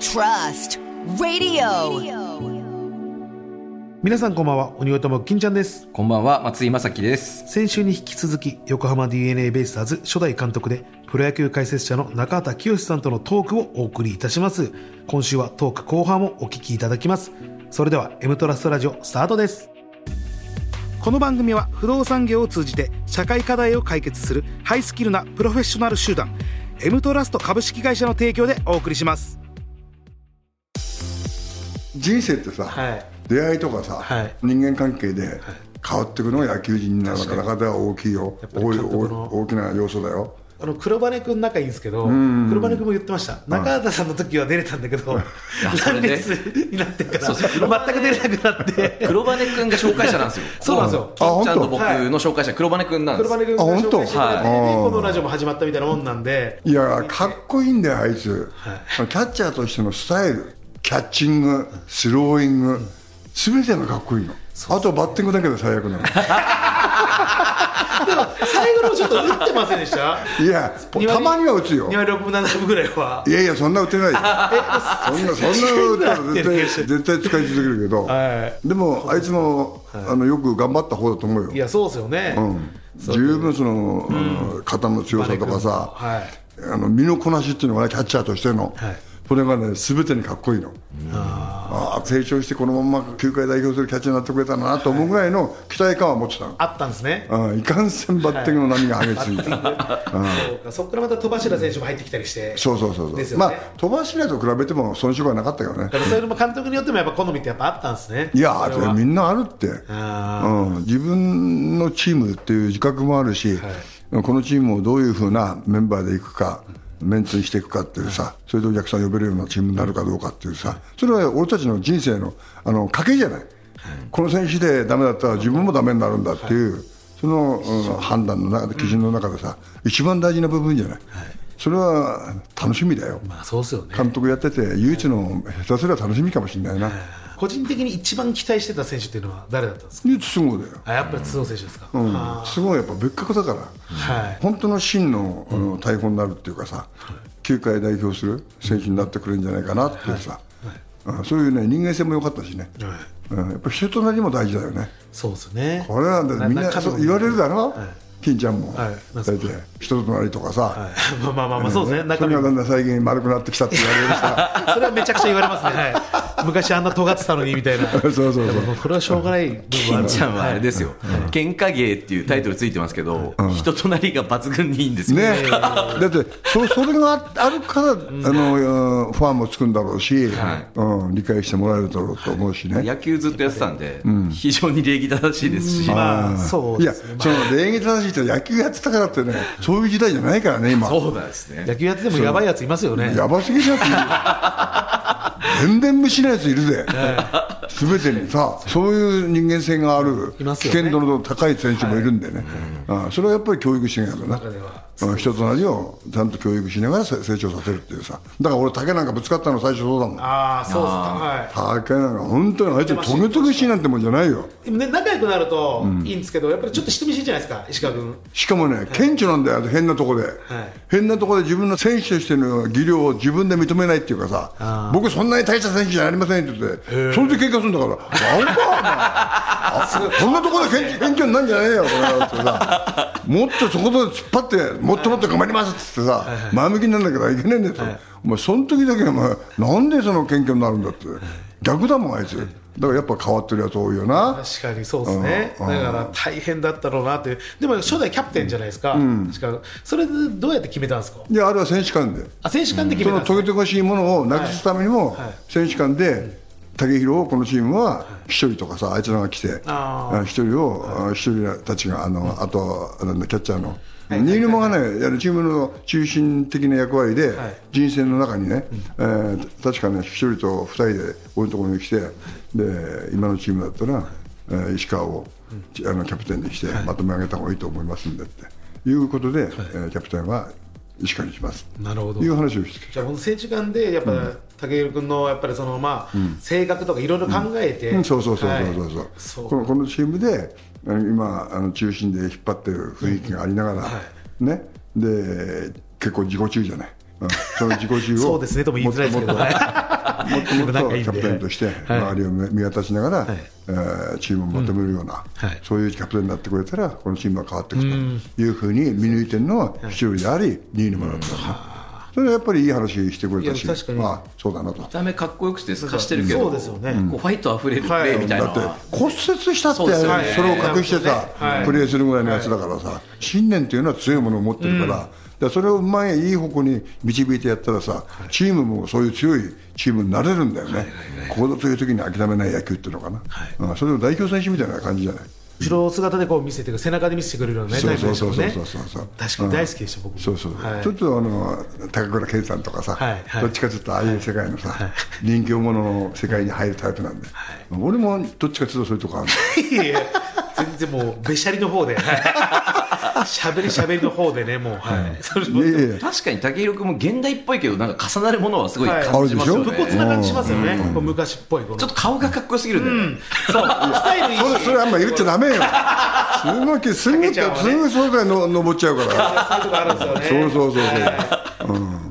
Trust Radio. 皆さんこんばんは鬼越も金ちゃんですこんばんは、松井正樹です。先週に引き続き横浜 d n a ベイスターズ初代監督でプロ野球解説者の中畑清さんとのトークをお送りいたします今週はトーク後半もお聞きいただきますそれでは M トラストラジオスタートですこの番組は不動産業を通じて社会課題を解決するハイスキルなプロフェッショナル集団 M トラスト株式会社の提供でお送りします人生ってさ、はい出会いとかさ、はい人間関係で変わっていくのが野球人なのかなかなか大きいよやっぱり大い監督の大大きな要素だよあの黒羽君仲いいんですけど黒羽君も言ってました中畑さんの時は出れたんだけ どそれねになってかそうそう全く出れなくな って。黒羽くんが紹介者なんですよそうなんですよこの金あちゃんと僕本の紹介者、黒羽くんなんで黒す。羽君あが紹本当介してくれててはいこのラジオも始まったみたいなもんなんでいやかっこいいんだよあいつ、キャッチャーとしてのスタイルキャッチングスローイング全てがかっこいいの、あとバッティングだけど最悪なの最後のちょっと打ってませんでした いやたまには打つよ2割6分7分ぐらいはいやいやそんな打てな いよそんなそんな打ったら絶対絶対使い続けるけど、でもあいつも、あのよく頑張った方だと思うよいやそうですよね、うん十分その、あの肩の強さとかさ、はいあの身のこなしっていうのがねキャッチャーとしての、はいこれがね全てにかっこいいの、ああ成長してこのまま球界代表するキャッチャーになってくれたなと思うぐらいの期待感は持ってたの、あったんですねうんいかんせんバッティングの波が激しい、そうかそこからまた戸柱選手も入ってきたりしてそうそうそうそう、ですよねまあ戸柱と比べても遜色はなかったけどねだからそれも監督によってもやっぱ好みってやっぱあったんですねいやーそれはみんなあるって、あうん、自分のチームっていう自覚もあるし、このチームをどういうふうなメンバーでいくか、メンツにしていくかっていうさ、それでお客さん呼べるようなチームになるかどうかっていうさ、それは俺たちの人生のあの賭けじゃない、この選手でダメだったら自分もダメになるんだっていう、その、うん判断の中で、基準の中でさ、一番大事な部分じゃない、それは楽しみだよ、まあそうですよね監督やってて、唯一の下手すりゃ楽しみかもしれないな、個人的に一番期待してた選手っていうのは誰だったんですか唯一すごいだよ。あやっぱり筒香選手ですか、あすごいやっぱ別格だから、はい本当の真のあの大砲になるっていうかさ、球界代表する選手になってくれるんじゃないかなっていうさ、うんそういうね人間性も良かったしね、うんやっぱ人となりも大事だよね、そうですねこれなんだみんな家族そう言われるだろ、金ちゃんも、はい大体人となりとかさ、まあまあまあまあそうですねそ中身れもがだんだん最近丸くなってきたって言われる さそれはめちゃくちゃ言われますね、はい、昔あんな尖ってたのにみたいなそうそうそうでもこれはしょうがない部分あ金るちゃんはあれですよ。喧嘩芸っていうタイトルついてますけど、人となりが抜群にいいんですよ。ね、だってそそれがああるから、あのうんファンもつくんだろうし、うん、理解してもらえるだろうと思うしね、野球ずっとやってたんで、非常に礼儀正しいですし、まあそういでや、すそねの礼儀正しいって野球やってたからってね、そういう時代じゃないからね、今。そうなんですね。野球やっててもやばいやついますよねやばすぎじゃん。 全然無視なやついるぜ。すべてにさ、そういう人間性がある、い危ますよね険度の高い選手もいるんでね。あそれはやっぱり教育しながらな。うん人となりをちゃんと教育しながらせ成長させるっていうさ。だから俺、竹なんかぶつかったの最初そうだもん。ああそうですかはい竹なんか本当にあいつトゲトゲしいなんてもんじゃないよ。でもね、仲良くなるといいんですけど、やっぱりちょっと人見知りじゃないですか、石川君。しかもね、顕著なんだよ、変なとこで、変なとこで自分の選手としての技量を自分で認めないっていうかさ、僕、そんなに大した選手じゃありませんって言って、それで喧嘩するんだ から、なんか、お前あそんなところで謙謙虚になんじゃねえよ、これはってさ、もっとそこで突っ張って、もっともっと頑張りますって言ってさ、前向きにならなきゃいけないんだよ、お前、その時だけ、お前、なんでその謙虚になるんだって、逆だもん、あいつ。だからやっぱ変わってるやつ多いよな。確かにそうですね、だから大変だったろうなっていう、でも初代キャプテンじゃないですか、石川君それでどうやって決めたんですか、いや、あれは選手間で。あ選手間で決そめたんのですトか、ゲトゲしいものをなくすためにも、選手間で、武宏をこのチームは一人とかさ、あいつらが来て、ああ一人を、あ一人たちが、あのあとあのキャッチャーの、新沼がね、あのチームの中心的な役割で、人選の中にね、えー確かね、一人と二人で俺のところに来て、で今のチームだったら、えー石川を、あのキャプテンにして、まとめ上げた方がいいと思いますんでっていうことで、えーキャプテンは石川にします。なるほどいう話をしてじゃあ、この選手間で、やっぱり、武尊君のやっぱりその、まあ性格とかいろいろ考えて、うんそうそうそうはそういそうそそう,、うこのこのチームであの今あの中心で引っ張ってる雰囲気がありながら、ねで結構自己中じゃないうん、その自己中 をそうですねとも言いづらいですけどもっともっともっともっと仲いいんでキャプテンとしてはい周りを見渡しながら、えーチームをまとめるような、はいそういうキャプテンになってくれたらこのチームは変わっていくというふうに見抜いてるのは一人であり2位にもなったんですねそれはやっぱりいい話してくれたしいや確かにまあ、そうだなと見。た目かっこよくて透かしてるけどそうですよねこうファイトあふれるプレーみたいな、だって骨折したってそうですよねそれを隠してさはいプレーするぐらいのやつだからさ信念というのは強いものを持ってるからでそれを前いい方向に導いてやったらさチームもそういう強いチームになれるんだよねここぞという時に諦めない野球っていうのかなうんそれを代表選手みたいな感じじゃない後ろ姿でこう見せてくる背中で見せてくれるようなねそタうイプそでうすそもうんそうねそうそう確かに大好きでした僕もそうそう、はいちょっとあの高倉健さんとかさ、はいはいどっちかちょっとああいう世界のさ、人気者の世界に入るタイプなんで、俺もどっちかちょっとそういう とこあるいやいや全然もうべしゃりの方で しゃべりしゃべりの方でねもうはいそれものいやいや確かに武宏君も現代っぽいけどなんか重なるものはすごいはい感じますよね、ある武でしょ骨な感じしますよねこう昔っぽいこのちょっと顔がかっこよすぎるんだよね、そうスタイルいいしそれそれあんま言っちゃダメよすごいすぐちゃんはねすぐそれからの登っちゃうかそうらいうとこあるんですそようねそうそう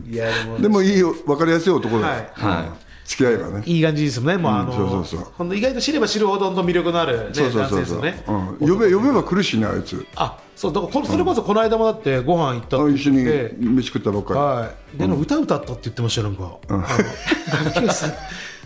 いやでもそうでもいいよ分かりやすい男だよ、はいはいうん付き合えばねいい感じですもんねもうあうんそうそうのそうほんと意外と知れば知るほど本当魅力のあるねそう男そう性そうですそう、よねうん、呼べ呼べば苦しいねあいつあそうだからこのそれこそこの間もだってご飯行ったっあて言って一緒に飯食ったばっかり、はい、での歌歌ったって言ってましたよなんか、あの清さん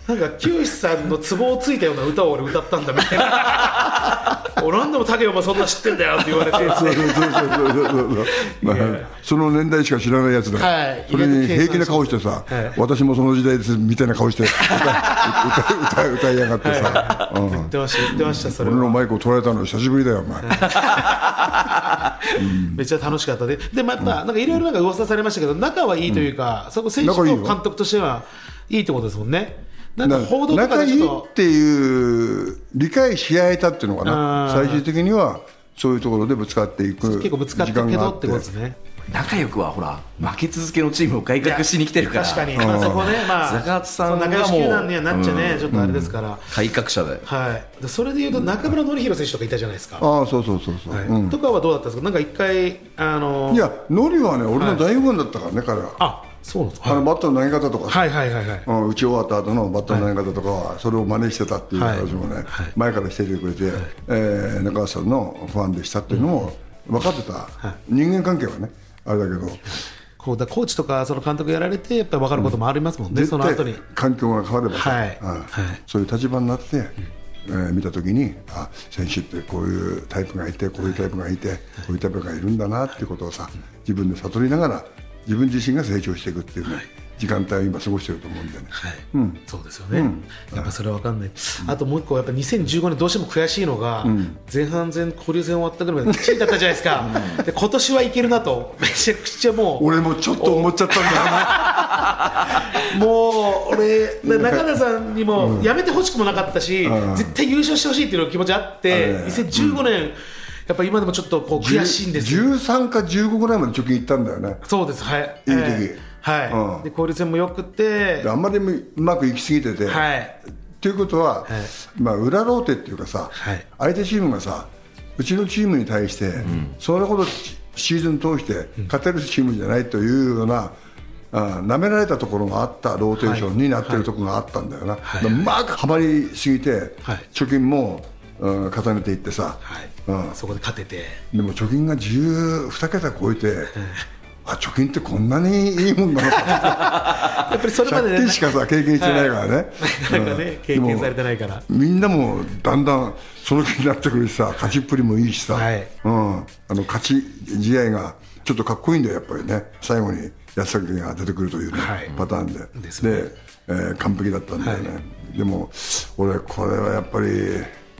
なんか清さんのツボをついたような歌を俺歌ったんだみたいな 俺何でも竹お前そんな知ってんだよって言われてそうそうそうそうそうそう そうまあその年代しか知らないやつだ、はいそれに平気な顔してさ、私もその時代ですみたいな顔して歌歌歌歌いやがってさ、うん言ってました言ってましたそれ俺のはマイクを取られたの久しぶりだよお前めっちゃ楽しかったででまたなんかいろいろなんか噂されましたけど仲はいいというか、そこ選手と仲いい監よ督としてはいいってことですもんねなんかな報道とか仲でいちいょっとっていう理解し合えたっていうのかなあー最終的にはそういうところでぶつかっていく結構ぶつかったけ時間がどあってことですね仲良くはほら負け続けのチームを改革しに来てるから確かに、まあ、そこねまあ坂津さそんがうもう仲良し球団にはなっちゃね、うんちょっとあれですから、改革者だよはい、でそれでいうと中村紀洋選手とかいたじゃないですか、ああそうそうそうそう、はいうんとかはどうだったんですか、なんか一回、あのーいやノリはね俺の大ファンだったからね彼はあそうなんですか、あのバットの投げ方とかさはいはいはいはい、うん打ち終わった後のバッターの投げ方とかはそれを真似してたっていうはい話もね、前からしててくれて、えー中川さんのファンでしたっていうのも分かってた、人間関係はねあれだけどこうだコーチとかその監督やられて、やっぱり分かることもありますもんね、絶その後対に。環境が変わればさ、はいうんはいそういう立場になって、えー見た時にあ選手ってこういうタイプがいてこういうタイプがいて、こういうタイプがいるんだなっていうことをさ自分で悟りながら自分自身が成長していくっていうね、時間帯を今過ごしてると思うんでね。そうですよね、やっぱそれは分かんない、あともう一個、やっぱ2015年、どうしても悔しいのが、前半戦、交流戦終わったぐらいまで1位だったじゃないですか、で今年はいけるなと、めちゃくちゃもう、俺もちょっと思っちゃったんだよなもう俺、な中田さんにもやめてほしくもなかったし、うん絶対優勝してほしいっていう気持ちあって、うん2015年、やっぱ今でもちょっとこう 悔しいんですよ、 13か15ぐらいまで貯金いったんだよねそうです、はい、いい時ええはいうんで交流戦もよくてで、あんまりうまくいきすぎてて、はい、っていうことは、まあ、裏ローテっていうかさ、はい相手チームがさうちのチームに対して、そんなことシーズン通して勝てるチームじゃないというような、あ舐められたところがあったローテーションになってるところがあったんだよな、だからうまくはまりすぎて、はい貯金も、うん重ねていってさ、はいうんそこで勝てて、でも貯金が12桁超えて、あ貯金ってこんなにいいもんなのかやっぱりそれま借でね金しかさ経験してないからね、なかなかね、経験されてないから、みんなもだんだんその気になってくるしさ勝ちっぷりもいいしさ、はいうん、あの勝ち試合がちょっとかっこいいんだよやっぱりね最後に安崎が出てくるという、ねはいパターンでですねえー完璧だったんだよね、でも俺これはやっぱり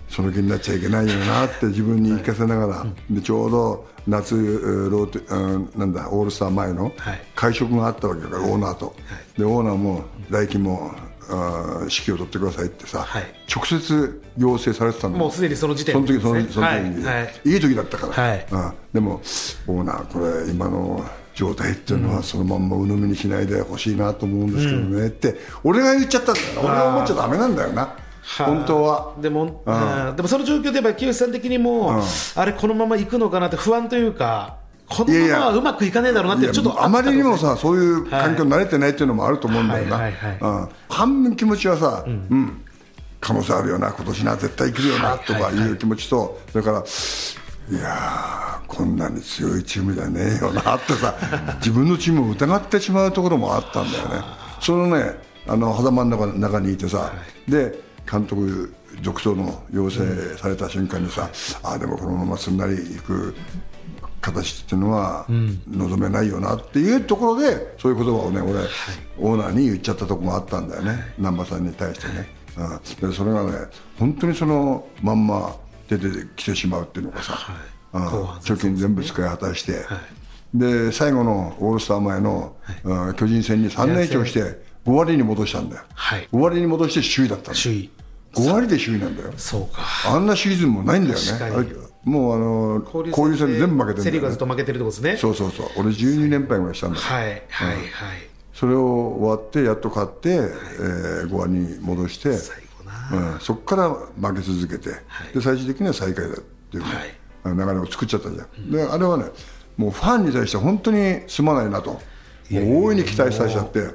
その気になっちゃいけないよなって自分に言い聞かせながら、でちょうど夏えーローテ、うんなんだオールスター前のはい会食があったわけだから、オーナーと、でオーナーも大輝もあー指揮を取ってくださいってさ、はい直接要請されてたのもうすでにその時点その時そのです時ねその時に、はいいはいい、時だったから、はいうんでもオーナーこれ今の状態っていうのはそのまんま鵜呑みにしないでほしいなと思うんですけどねって、俺が言っちゃったんだよ俺が思っちゃダメなんだよな本当はでも、うんでもその状況で、やっぱり清さん的にも、あれ、このまま行くのかなって不安というか、このままはいやいやうまくいかねえだろうなっいてやちょっとあまりにもあさそういう環境に慣れてないっていうのもあると思うんだよな、はいはいうん、半分気持ちはさ、うん可能性あるよな今年な絶対来るよなとかいう気持ちと、それからいやーこんなに強いチームじゃねえよな ってさ自分のチームを疑ってしまうところもあったんだよねそのねあの狭間の中中にいてさ、で監督続投の要請された瞬間にさ、ああでもこのまますんなりいく形っていうのは望めないよなっていうところでそういう言葉をね俺オーナーに言っちゃったとこもあったんだよね難波さんに対してね、うん、でそれがね本当にそのまんま出てきてしまうっていうのがさ、うん貯金全部使い果たして、で最後のオールスター前の、うん巨人戦に3連勝して5割に戻したんだよ、はい5割に戻して首位だったんだよ首位5割で首位なんだよそうかあんなシーズンもないんだよ確かにねあもうあの交流戦で全部負けてるんだよねセ・リーグはずっと負けてるってことですねそうそうそう俺12連敗ぐらいしたんだ、はいはいはいそれを終わってやっと勝って、え5話に戻して、後なうん、そこから負け続けて、で最終的には最下位だっていうね、あの流れを作っちゃったじゃん、であれはねもうファンに対して本当にすまないなともう大いに期待させちゃって、はい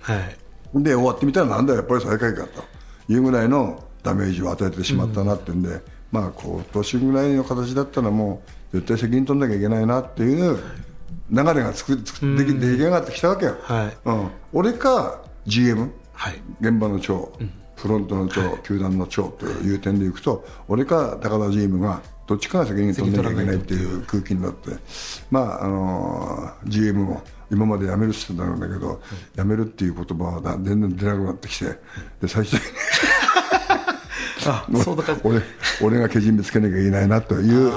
で終わってみたらなんだやっぱり最下位かというぐらいのダメージを与えてしまったなってんで、まあ今年ぐらいの形だったらもう絶対責任取んなきゃいけないなっていう流れがつくつくでき出来上がってきたわけよ、はいうん、俺か GM、はい現場の長、フロントの長、球団の長という点でいくと俺か高田 GM がどっちかが責任取んなきゃいけないっていう空気になってまああのー GM も今まで辞めるって言ってたんだけど、辞めるっていう言葉はだ全然出なくなってきてで最終的 にあそうだから 俺俺がけじめつけなきゃいけないなという流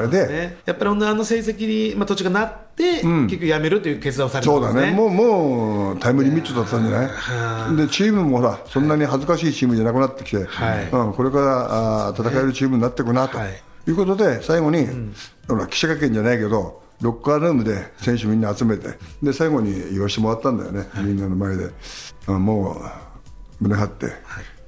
れで。ね、やっぱり女の成績に、まあ、途中がなって、結局やめるという決断をされたそんうですだねねもうもうタイムリミットだったんじゃないでチームもほらそんなに恥ずかしいチームじゃなくなってきて、はいうん、これからあー戦えるチームになっていくなと、はいい、うことで最後に、ほら記者会見じゃないけどロッカールームで選手みんな集めてで最後に言わせてもらったんだよね、みんなの前で、あもう胸張って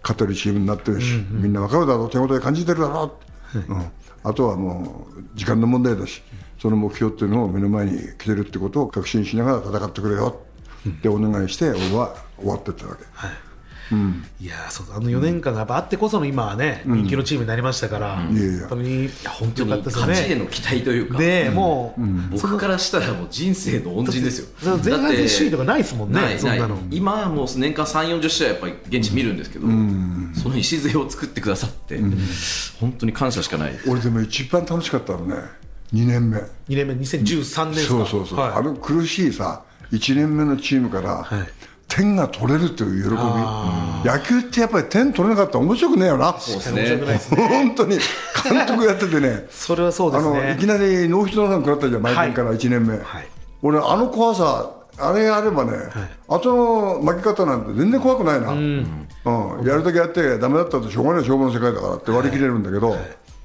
勝てるチームになってるし、みんな分かるだろう手応え感じてるだろうって、うん、あとはもう時間の問題だしその目標っていうのを目の前に来てるってことを確信しながら戦ってくれよってお願いして俺は終わってったわけ、いやーそうだあの4年間がやっぱあってこその今はね、人気のチームになりましたから、んいやいや本当にいや本当本に当よにかった勝でちすへよね。の期待というか、で、もう、僕からしたらもう人生の恩人ですよだって前半戦首位とかないですもんねだってそんなのいい今はもう年間3 4 0試合やっぱり現地見るんですけど、その礎を作ってくださって、本当に感謝しかないです俺でも一番楽しかったのね2年目2年目、2013年ですかそうそうそう、はいあの苦しいさ1年目のチームから、点が取れるという喜び、野球ってやっぱり点取れなかったら面白くねえよな、そう面で白すくねないですね本当に監督やっててね、 それはそうであすのいきね。なりノーヒットノーラン食らったじゃん、前年から1年目、はい俺、あの怖さ、あれあればね、後の負け方なんて全然怖くないな、うんやるだけやって、だめだったとしょうがない、勝負の世界だからって割り切れるんだけど、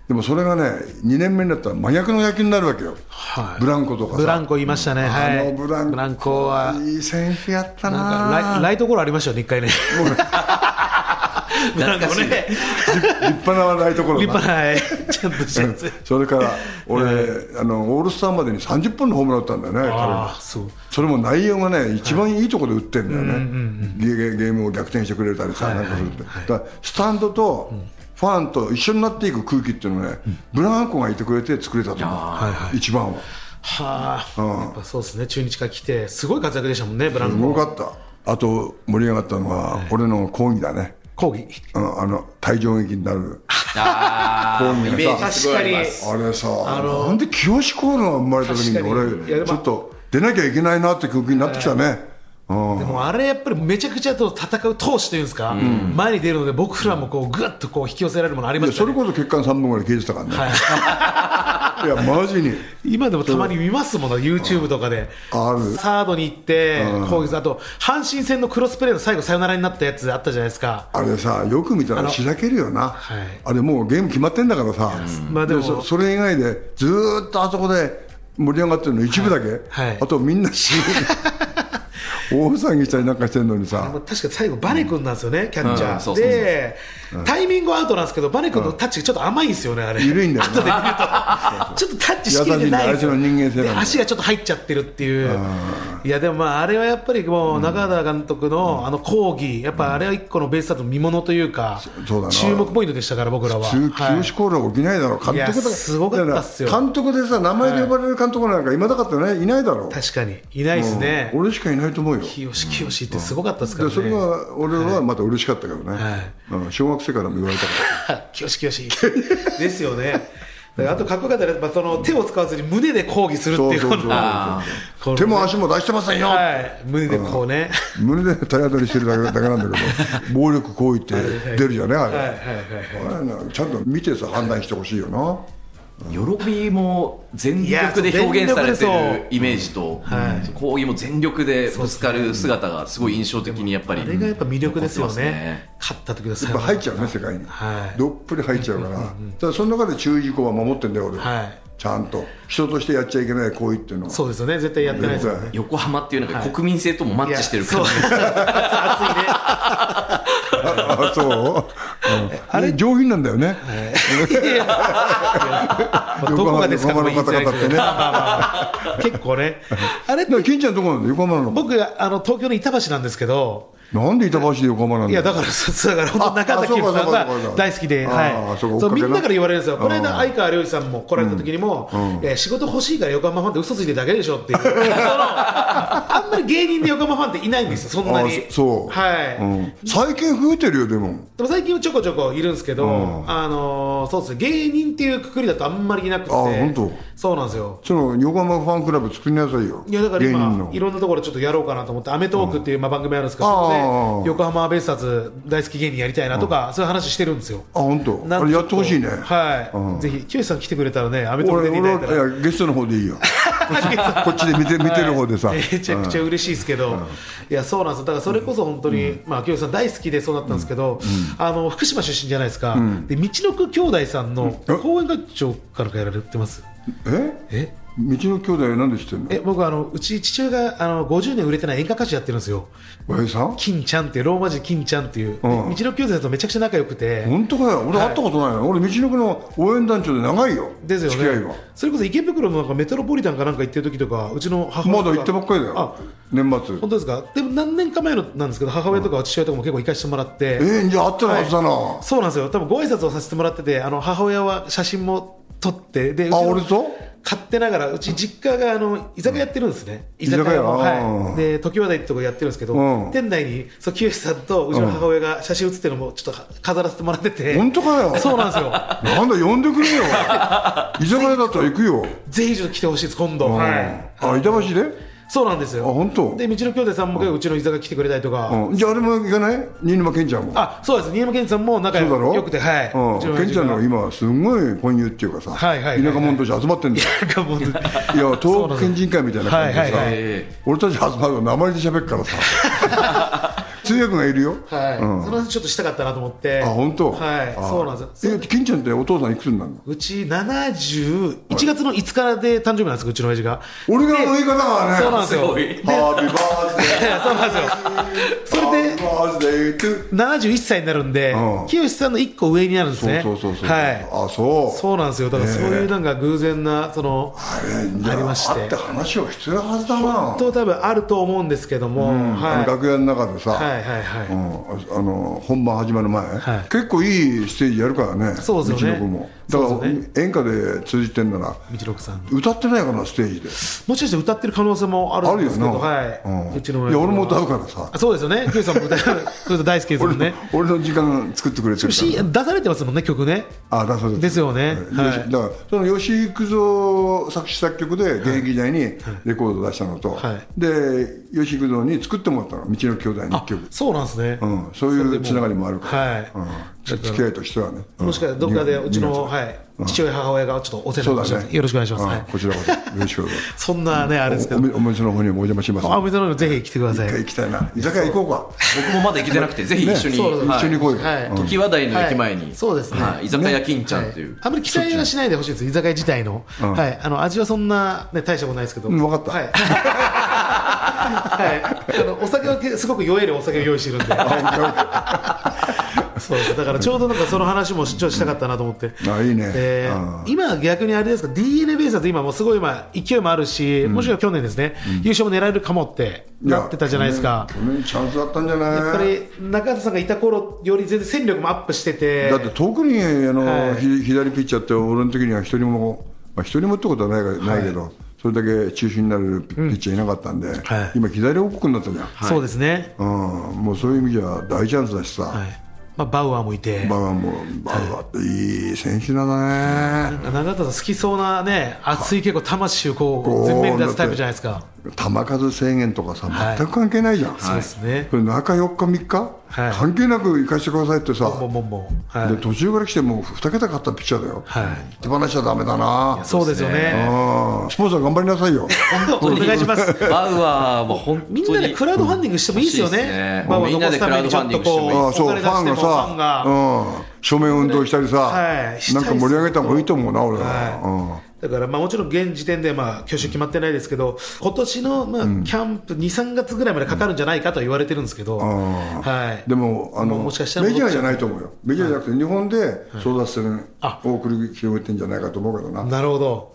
でもそれがね、2年目になったら真逆の野球になるわけよ、はいブランコとかさ。ブランコ言いましたね。はい。あのブランコはいい選手やったななんかライライトゴロありましたよね、一 回ね。ブランコ懐ね。立派な笑いとこ ろ立だ派な、はいちゃんとしたやつ。それから俺、あのオールスターまでに30本のホームラン打ったんだよね、彼あがあ、そう。それも内容がね、一番いいところで打ってんだよね、ゲゲゲームを逆転してくれたりさ、なんかするって、だからスタンドとファンと一緒になっていく空気っていうのはね、ブランコがいてくれて作れたはといは思う、い一番は。はあ、やっぱそうですね、中日から来て、すごい活躍でしたもんね、ブランすごコ。かった、あと盛り上がったのは、俺の講義だね、抗議。あのあの退場劇になる。あーこういうのさイメージすごいありますあれさ、なんで清志コールが生まれた時に確かにいやで俺、もちょっと出なきゃいけないなって空気になってきたね。うんでもあれやっぱりめちゃくちゃと戦う闘志というんですか、前に出るので僕らもこうぐっとこう引き寄せられるものありまいやしたそれね。こそ血管3本ぐらい消えてたからね。い、や、マジに。今でもたまに見ますもの、YouTube とかで。あるサードに行って、攻撃あと、阪神戦のクロスプレーの最後、サヨナラになったやつあったじゃないですか。あれさ、よく見たらしらけるよな。はいあれもうゲーム決まってんだからさ。まあでもそそれ以外で、ずーっとあそこで盛り上がってるの一部だけ。 はいはいあとみんな死ぬ。大騒ぎしたりなんかしてんのにさもう確か最後バネ君なんですよね、キャッチャうんー、そうそうそうでタイミングはアウトなんですけどバネ君のタッチちょっと甘いんですよねあれ緩いんだよな後で見るとちょっとタッチしきれてないんですよ優しいんだあいつの人間性なんだで足がちょっと入っちゃってるっていういやでもまああれはやっぱりもう中田監督のあの抗議やっぱあれは一個のベースだと見ものというかそうだな注目ポイントでしたから僕らは中はい清志コールは起きないだろう、監督だいやすごかったっすよだら監督でさ、名前で呼ばれる監督なんか、今だかったらね、いないだろう、確かにいないですね俺しかいないと思うよ、で清志清志ってすごかったですからねそれが俺はまた嬉しかったけどね、うん小学生からも言われたから、 清し清しですよね。だからあとかっこよかったらやっぱその手を使わずに胸で抗議する ってそういうそうそこのうそうはそう、手も足も出してませんよ、い胸でこうね胸で体当たりしてるだけだけなんだけど、 暴力行為って出るじゃね、あれ、はいはいはいあれなちゃんと見てさ、判断してほしいよな。喜びも全力で表現さいや全力れてでそるうイメージと、抗議も全力でぶつかる姿がすごい印象的にやっぱりあれがやっぱ魅力ですよ残ってますね勝った時のや最っぱ入っ後ちゃうね世界に、はいどっぷり入っちゃうから、ただその中で注意事項は守ってんだよ俺、はいちゃんと人としてやっちゃいけない行為っていうのはそうですよね絶対やってないですよね横浜っていうなんか国民性ともマッチしてる感じ、いやそう熱いねああそう、あれ上品なんだよね、まあどこがですかとも言いづらいですけど横浜の方々ってねまあまあまあまあ結構ねあれだから金ちゃんどこなんだ横浜なの僕あの東京の板橋なんですけどなんで板橋で横浜なんだいやだから、そうだから本当、中あ田清さんそうかそうかそうがか大好きで、あーはそうい、か追そっかうけみなんなから言われるんですよ、この間、うん相川亮司さんも来られた時にも、えー仕事欲しいから横浜ファンって嘘ついてるだけでしょっていう、そのあんまり芸人で横浜ファンっていないんですよ、そんなあに。そう、はいうん最近増えてるよでもでも最近はちょこちょこいるんですけど、うんあのーそうですね、芸人っていうくくりだとあんまりいなくて、あ本当そうなんですよ。その横浜ファンクラブ作りなさいよいやだから芸人今の、いろんなところちょっとやろうかなと思って、アメトークっていうまあ番組あるんですけど、あーそこで横浜ベイスターズ大好き芸人やりたいなとか、そういう話してるんですよ。あ本な当んあかれちょっやっとてほしいね、はい、ぜひ清さん来てくれたらね、アメトーク俺出ていた俺だいたら、はいやゲストの方でいいよ こっちで見て見てる方でさ、めちゃくちゃ嬉しいですけど、いや、そうなんですよ、だからそれこそ本当に、まあ、清さん大好きでそうだったんですけど、あの福島出身じゃないですか、で道のく兄弟さんのうん講演会長からかやられてます。ええ道の兄弟なんで知ってんのえ僕あの、うち父親があの50年売れてない演歌歌手やってるんですよ、親父さん金ちゃんっていう、ローマ字金ちゃんっていう、でうん道の兄弟さんとめちゃくちゃ仲良くて、本当かよ俺会ったことないよ、俺道のくの応援団長で長いよですよ付き合いねは、それこそ池袋のなんかメトロポリタンかなんか行ってる時とか、うちの母ま親だとか行ってばっかりだあよ年末本当ですかでも何年か前のなんですけど母親とか父親とかも結構行かせてもらって、えー、じゃあ会ってるはずだな、そうなんですよ多分ご挨拶をさせてもらっててあの母親は写真も撮ってでうちあの俺と買ってながらうち実家があの居酒屋やってるんですね、居酒居酒屋屋もあはいーで常盤台ってとこやってるんですけど、うん店内にそう清さんとうちの母親が写真写ってるのもちょっと飾らせてもらってて、本当かよそうなんですよなんだ呼んでくれ よ居酒屋だったら行くよ、ぜひちょっと来てほしいです今度、はいあ板橋で、そうなんですよあ本当で道の兄弟さんもうちの居酒屋来てくれたりとか、うん、じゃああれも行かない新沼健ちゃんもあそうです新山健さんも仲そうだろ良くてはいうううの親ん、父が健ちゃんの今すごい混遊っていうかさ、はいはいはいはい田舎者として集まってん だよなんかもうずっといや東北県人会みたいなそうなんで感じでさ、すはいはい俺たち集まると鉛で喋っからさ 通訳がいるよ、はい、うんその話ちょっとしたかったなと思ってあ本当はいあそうなんですよえ金ちゃんってお父さんいくつになるのうち71月の5日で誕生日 なんですうちの親父が俺がの言い方はねそうなんですよすごいハッピーバースデーそうなん ですよそれでハッピーバースデートゥ71歳になるんでうん清さんの1個上になるんですねそうそうそうそう、はいあそうそうなんですよだからねえそういうなんか偶然なそのあれじゃあありまして会って話をしてるはずだなと多分あると思うんですけども、あはのい、楽屋の中でさ、はいはいはい、うん、あの本番始まる前、はい結構いいステージやるからね、そうですよね道のくも、だから、そうですよね演歌で通じてんなら、道六さん歌ってないかな、ステージで、もしかして歌ってる可能性もああるんるでよすけな、ど、はい、うんうちのいや俺も歌ううからさ、そうですよね、清さんも歌う、 そう大好きですも俺んねの。俺の時間作ってくれてでもるかしら、出されてますもんね、曲ね。あだそうですよねうんはいよしだから、その吉幾三作詞作曲で、現役時代にレコード出したのと、はいで吉幾三に作ってもらったの、道の兄弟に一曲、そうなんですね。うん、そういうつながりもあるから、はいうんつ付き合いとしてはね。もしかしたらどっかでうちの、うんはい、父親、母親がちょっとお世話そにうなっだてます、ね。よろしくお願いします。うんはい、こちらこそよろしくお願いします。そんなね、あれですけおど、みお店の方にもお邪魔します。あお店の方にもぜひ来てくださ一回い。行きたいな。居酒屋行こう僕もまだ行けてなくてぜひ一緒に、ねそうはい一緒に行こうよはい、うん常盤台の駅前に、はいそうですねはい居酒屋金ちゃんという、あんまり期待はしないでほしいです、居酒屋自体の、はい、あの味はそんな、ね、大したことないですけど、 うんわかったはい、はい、あのお酒をけすごく酔えるお酒を用意してるんでそうですだからちょうどなんかその話もちょっとしたかったなと思って、あいいねであー今逆にあれですか d n a ベイスターズ今もうすごい今勢いもあるし、もしくは去年ですね、優勝も狙えるかもってなってたじゃないですか去年去年チャンスだったんじゃないやっぱり中畑さんがいた頃より全然戦力もアップしててだって特にあの、はいひ左ピッチャーって俺の時には一人も、まあ、一人もってことはないがないけど、それだけ中心になるピピッチャーいなかったんで、はい今左王国になったじゃん、そうですね、うん、もうそういう意味じゃ大チャンスだしさ、はいまあ、バウアーもいてバウアーもバウアーっていい選手だね、長田さん好きそうなね熱い結構魂をここうう全面に出すタイプじゃないですか球数制限とかさはい全く関係ないじゃん、そうですねそれ中4日3日、はい関係なく行かせてくださいってさ、ボンボンボンボンはいで途中から来てもう2桁勝ったピッチャーだよ、はい手放しちゃだめだなそうですよねうんスポンサー頑張りなさいよ本当にお願いしますバウアーも本当にみんなでクラウドファンディングしてもいいですよ欲しいっすねねもうみんなでクラウドファンディングしてもいいああそうお金フ出ァしンてもがファンさ、うん、署名運動したりさ、はいしたいなっんすか盛り上げた方がいいと思うな俺は、はだからまあもちろん現時点でまあ挙手決まってないですけど、今年のまあキャンプ2、3月ぐらいまでかかるんじゃないかとは言われてるんですけど、はうん、でもあのもしかしたらメジャーじゃないと思うよメジャーじゃなくて日本で争奪戦あ、を送り広げてんじゃないかと思うけどないなるほど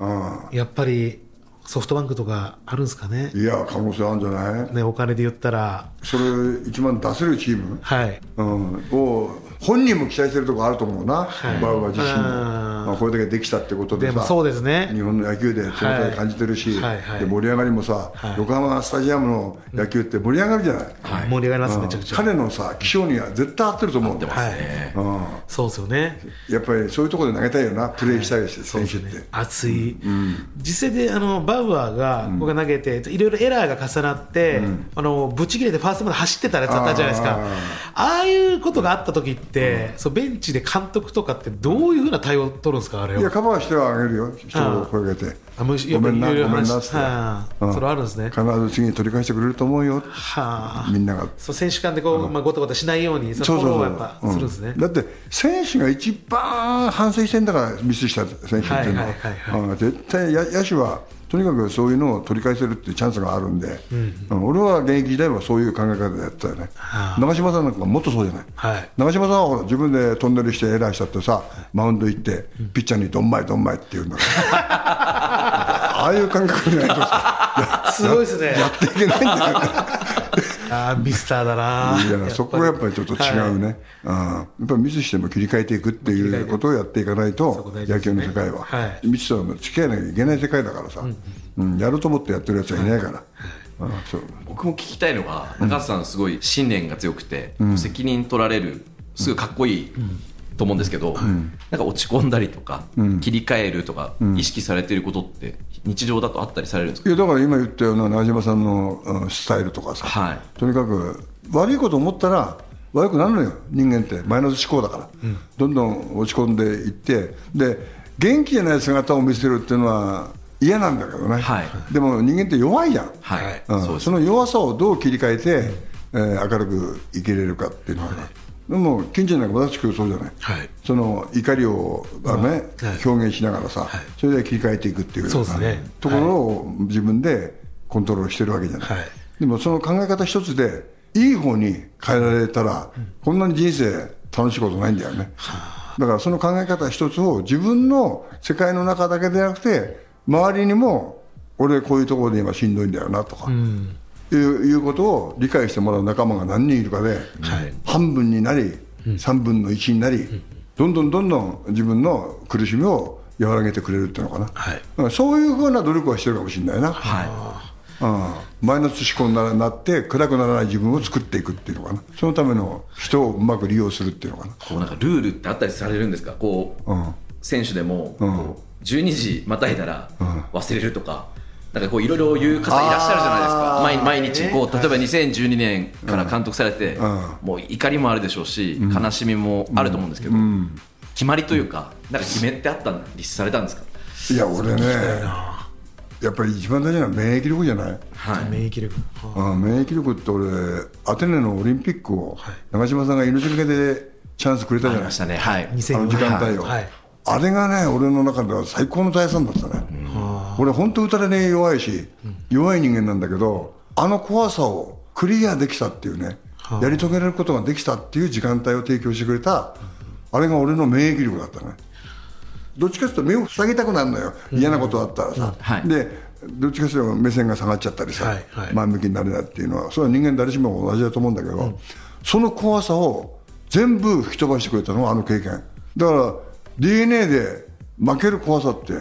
う、やっぱりソフトバンクとかあるんですかね、いや可能性あるんじゃないねお金で言ったら、それ一番出せるチーム、はい、うん、を本人も期待してるところあると思うな、バウアー自身も、うんまあ、これだけできたってことででさもそうですね日本の野球で手応え感じてるし、はいはいはいで盛り上がりもさ、はい横浜スタジアムの野球って盛り上がるじゃな盛い、り上がります、うんめちゃくちゃ、彼のさ気象には絶対合ってると思うんだよ、はい、そうですよね。やっぱりそういうところで投げたいよなプレーしたいし、選手って、熱い、実際であのバウアーが僕が投げて、いろいろエラーが重なって、あのぶち切れてファーストまで走ってたやつあったじゃないですかあー、ああいうことがあった時って、そうベンチで監督とかって、どういうふうな対応を取るんですか、あれいやを。カバーしてはあげるよ人を声かけてあむしごめんなやっぱりいろいろごめんな話っつって、はあうんそれはあるんですね必ず次に取り返してくれると思うよはあみんながそう選手間でこう、まあ、ごたごたしないように、そそうのフォそうローをそうやっぱするんですね。うんだって選手が一番反省してんだからミスした選手っていうのは,はいはいはうん、絶対や野手はとにかくそういうのを取り返せるっていうチャンスがあるんで、うん俺は現役時代はそういう考え方でやってたよね、長嶋さんなんかもっとそうじゃない、はい長嶋さんはほら自分でトンネルしてエラーしたってさマウンド行ってピッチャーにどんまいどんまいって言うんだから ああいう感覚でないとさすごいですね。やっていけないんだよああ、ミスターだな。いやそこがやっぱりちょっと違うね、うん、やっぱりミスしても切り替えていくっていうことをやっていかない、そこと大事で野す球ねの世界は、はミスとは付き合いなきゃいけない世界だからさ、うんやると思ってやってるやつはいないから、うんそう僕も聞きたいのが中畑さんすごい信念が強くて、責任取られるすごいかっこいいと思うんですけど、なんか落ち込んだりとか、切り替えるとか、意識されてることって日常だとあったりされるんですかいやだから今言ったような長嶋さんの、うんスタイルとかさ、はいとにかく悪いこと思ったら悪くなるのよ人間ってマイナス思考だから、どんどん落ち込んでいってで元気じゃない姿を見せるっていうのは嫌なんだけどね、はいでも人間って弱いじゃん、はい、うんそうそですの弱さをどう切り替えて、えー明るく生きれるかっていうのは、でも近所なんかまさしくそうじゃない、はいその怒りを、あのねはい表現しながらさ、それで切り替えていくっていうようそなうですねところを自分でコントロールしてるわけじゃない、はいでもその考え方一つでいい方に変えられたら、こんなに人生楽しいことないんだよね、だからその考え方一つを自分の世界の中だけでなくて周りにも俺こういうところで今しんどいんだよなとか、いういうことを理解してもらう仲間が何人いるかで、半分になり、3分の1になり、どんどんどんどん自分の苦しみを和らげてくれるっていうのかな、はいうんそういうふうな努力はしてるかもしれないな、うん、マイナス思考にななって暗くならない自分を作っていくっていうのかなそのための人をうまく利用するっていうのかなこうなんかルールってあったりされるんですかこう、うん選手でも、こう12時またいだら忘れるとか、なんかこういろいろ言う方いらっしゃるじゃないですか毎毎日こう例えば2012年から監督されて、もう怒りもあるでしょうし、悲しみもあると思うんですけど、決まりというかなんか決めってあったん立されたんですかいや俺ねやっぱり一番大事なのは免疫力じゃない、免疫力。ああ免疫力って俺アテネのオリンピックを長嶋さんが命がけでチャンスくれたあじりゃないましたねはいあの時間帯を、はいはいあれがね俺の中では最高の財産だったね、俺本当打たれね弱いし、弱い人間なんだけどあの怖さをクリアできたっていうね、やり遂げられることができたっていう時間帯を提供してくれた、あれが俺の免疫力だったね。どっちかというと目を塞ぎたくなるのよ、嫌なことだったらさ、はいでどっちかというと目線が下がっちゃったりさ、はいはい前向きになれないっていうのは、それは人間誰しも同じだと思うんだけど、その怖さを全部吹き飛ばしてくれたのはあの経験、だから DNA で負ける怖さって、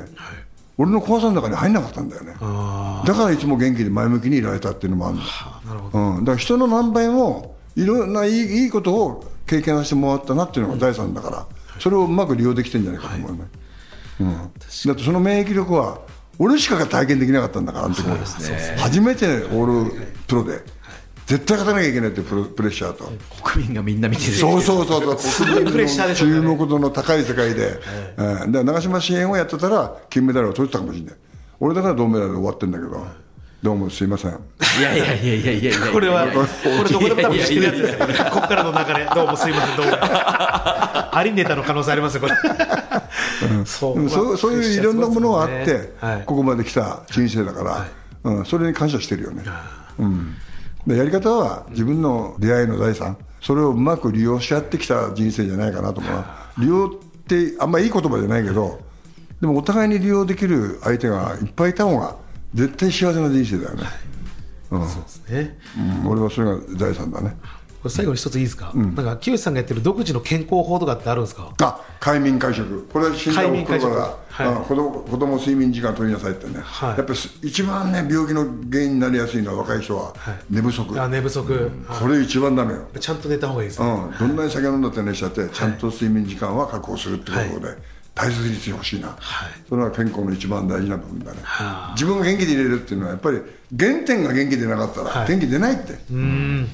俺の怖さの中に入んなかったんだよね、だからいつも元気で前向きにいられたっていうのもあるんだ。うん、だから人の何倍もいろんないいいいことを経験させてもらったなっていうのが第三だから、それをうまく利用できてるんじゃないかと思うね、うん、だってその免疫力は俺しかが体験できなかったんだからあの時も初めてオールプロで絶対勝たなきゃいけないっていうプロプレッシャーと、国民がみんな見てるそうそうそうそう、国プレッシ民ャーのでしょうね注目度の高い世界で、うん、で長嶋支援をやってたら、金メダルを取ってたかもしれない、俺だから銅メダルで終わってんだけど、どうもすいません、いやいやいやいやいやい やこれは、いやいやこれどこでも多分知ってるやつですよね。こっからの流れ、どうもすいません、どう も。ありネタの可能性ありますよ、これ。そでもそうそういういろんなものがあって、はいここまで来た人生だから、うん、それに感謝してるよね、うん、でやり方は自分の出会いの財産それをうまく利用し合ってきた人生じゃないかなと思うな利用ってあんまいい言葉じゃないけどでもお互いに利用できる相手がいっぱいいた方が絶対幸せな人生だよね、ねうん、俺はそれが財産だねこれ最後に一ついいですか、なんか清さんがやってる独自の健康法とかってあるんですかあ快眠会食これは診断を送るから、快眠会食はいあ子供子供睡眠時間取りなさいってね、はいやっぱり一番ね病気の原因になりやすいのは若い人は寝不足、あ寝不足、これ一番ダメよ、ちゃんと寝た方がいいです、うん、どんなに酒飲んだって寝しちゃってちゃんと睡眠時間は確保するってことで、大切にしてほしいな、それは健康の一番大事な部分だね、自分が元気でいれるっていうのはやっぱり原点が元気でなかったら、元気出ないって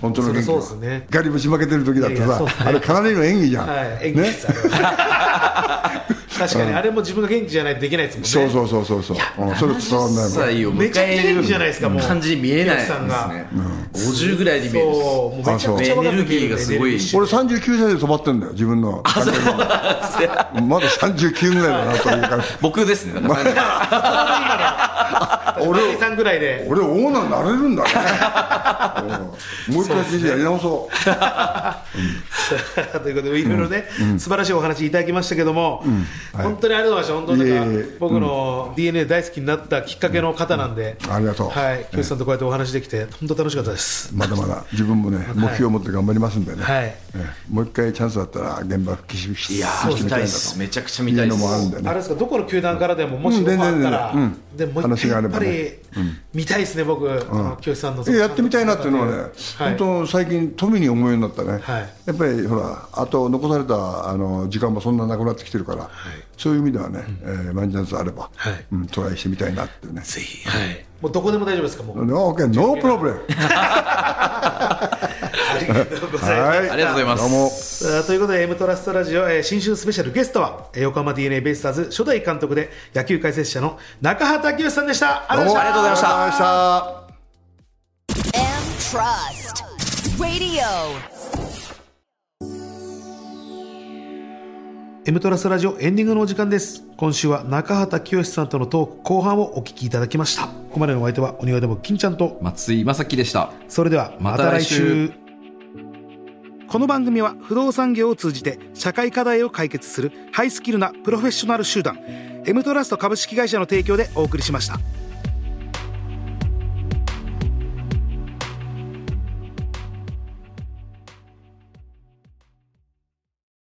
本当のそ元気はりゃそうですねガリぶちまけてる時だっていやいやさ、そうですねあれかなりの演技じゃん、はい演技です、あれは 確かにあれも自分が元気じゃないとできないですもんそうねそうそうそうそう、うん、それ伝わんないもん歳を迎えるめちゃくちゃ元気じゃないですかもう感じに見えないです清ねさんが、 50ぐらいに見えるそうもうめちゃくちゃエ若く見えネルるギーがすごい俺39歳で止まってんだよ自分のまだ39ぐらいだなという感じ僕ですねだから俺さんぐらいで俺オーナーになれるんだねうんもう一回人生やり直そう ということでいろいろね、素晴らしいお話いただきましたけども、本当にありがとうございました本当になんかいえいえ僕の DNA 大好きになったきっかけの方なんで、ありがとうはい清さんとこうやってお話できて本当楽しかったです、まだまだ自分もね目標を持って頑張りますんでね、はいええもう一回チャンスだったら現場復帰しいや復帰ーして見みたいたいんですめちだとゃくちゃ見いたういでのすもあるんだよあれねですかどこの球団からでももしうんオファーあったら、全然全然でもう一回話がやあれっぱばり、ね見たいですね僕、あの清さんのやってみたいなっていうのはね、はい本当最近富に思うようになったね、はいやっぱりほらあと残されたあの時間もそんななくなってきてるから、そういう意味ではね、えーワンチャンスあれば、はいうん、トライしてみたいなってねぜひ、はい、もうどこでも大丈夫ですかもう OK no problem ありがとうございます、はいありがとうございますどうもさあということで、M トラストラジオ、えー新春スペシャルゲストは、えー横浜 d n a ベイスターズ初代監督で野球解説者の中畑清さんでした。ありがとうございました。どもありがとうございました M Trust Radio. M トラストラジオエンディングのお時間です今週は中畑清さんとのトーク後半をお聞きいただきましたここまでのお相手はお庭でも金ちゃんと松井正樹でしたそれではまた来週,、また来この番組は不動産業を通じて社会課題を解決するハイスキルなプロフェッショナル集団 M トラスト株式会社の提供でお送りしました。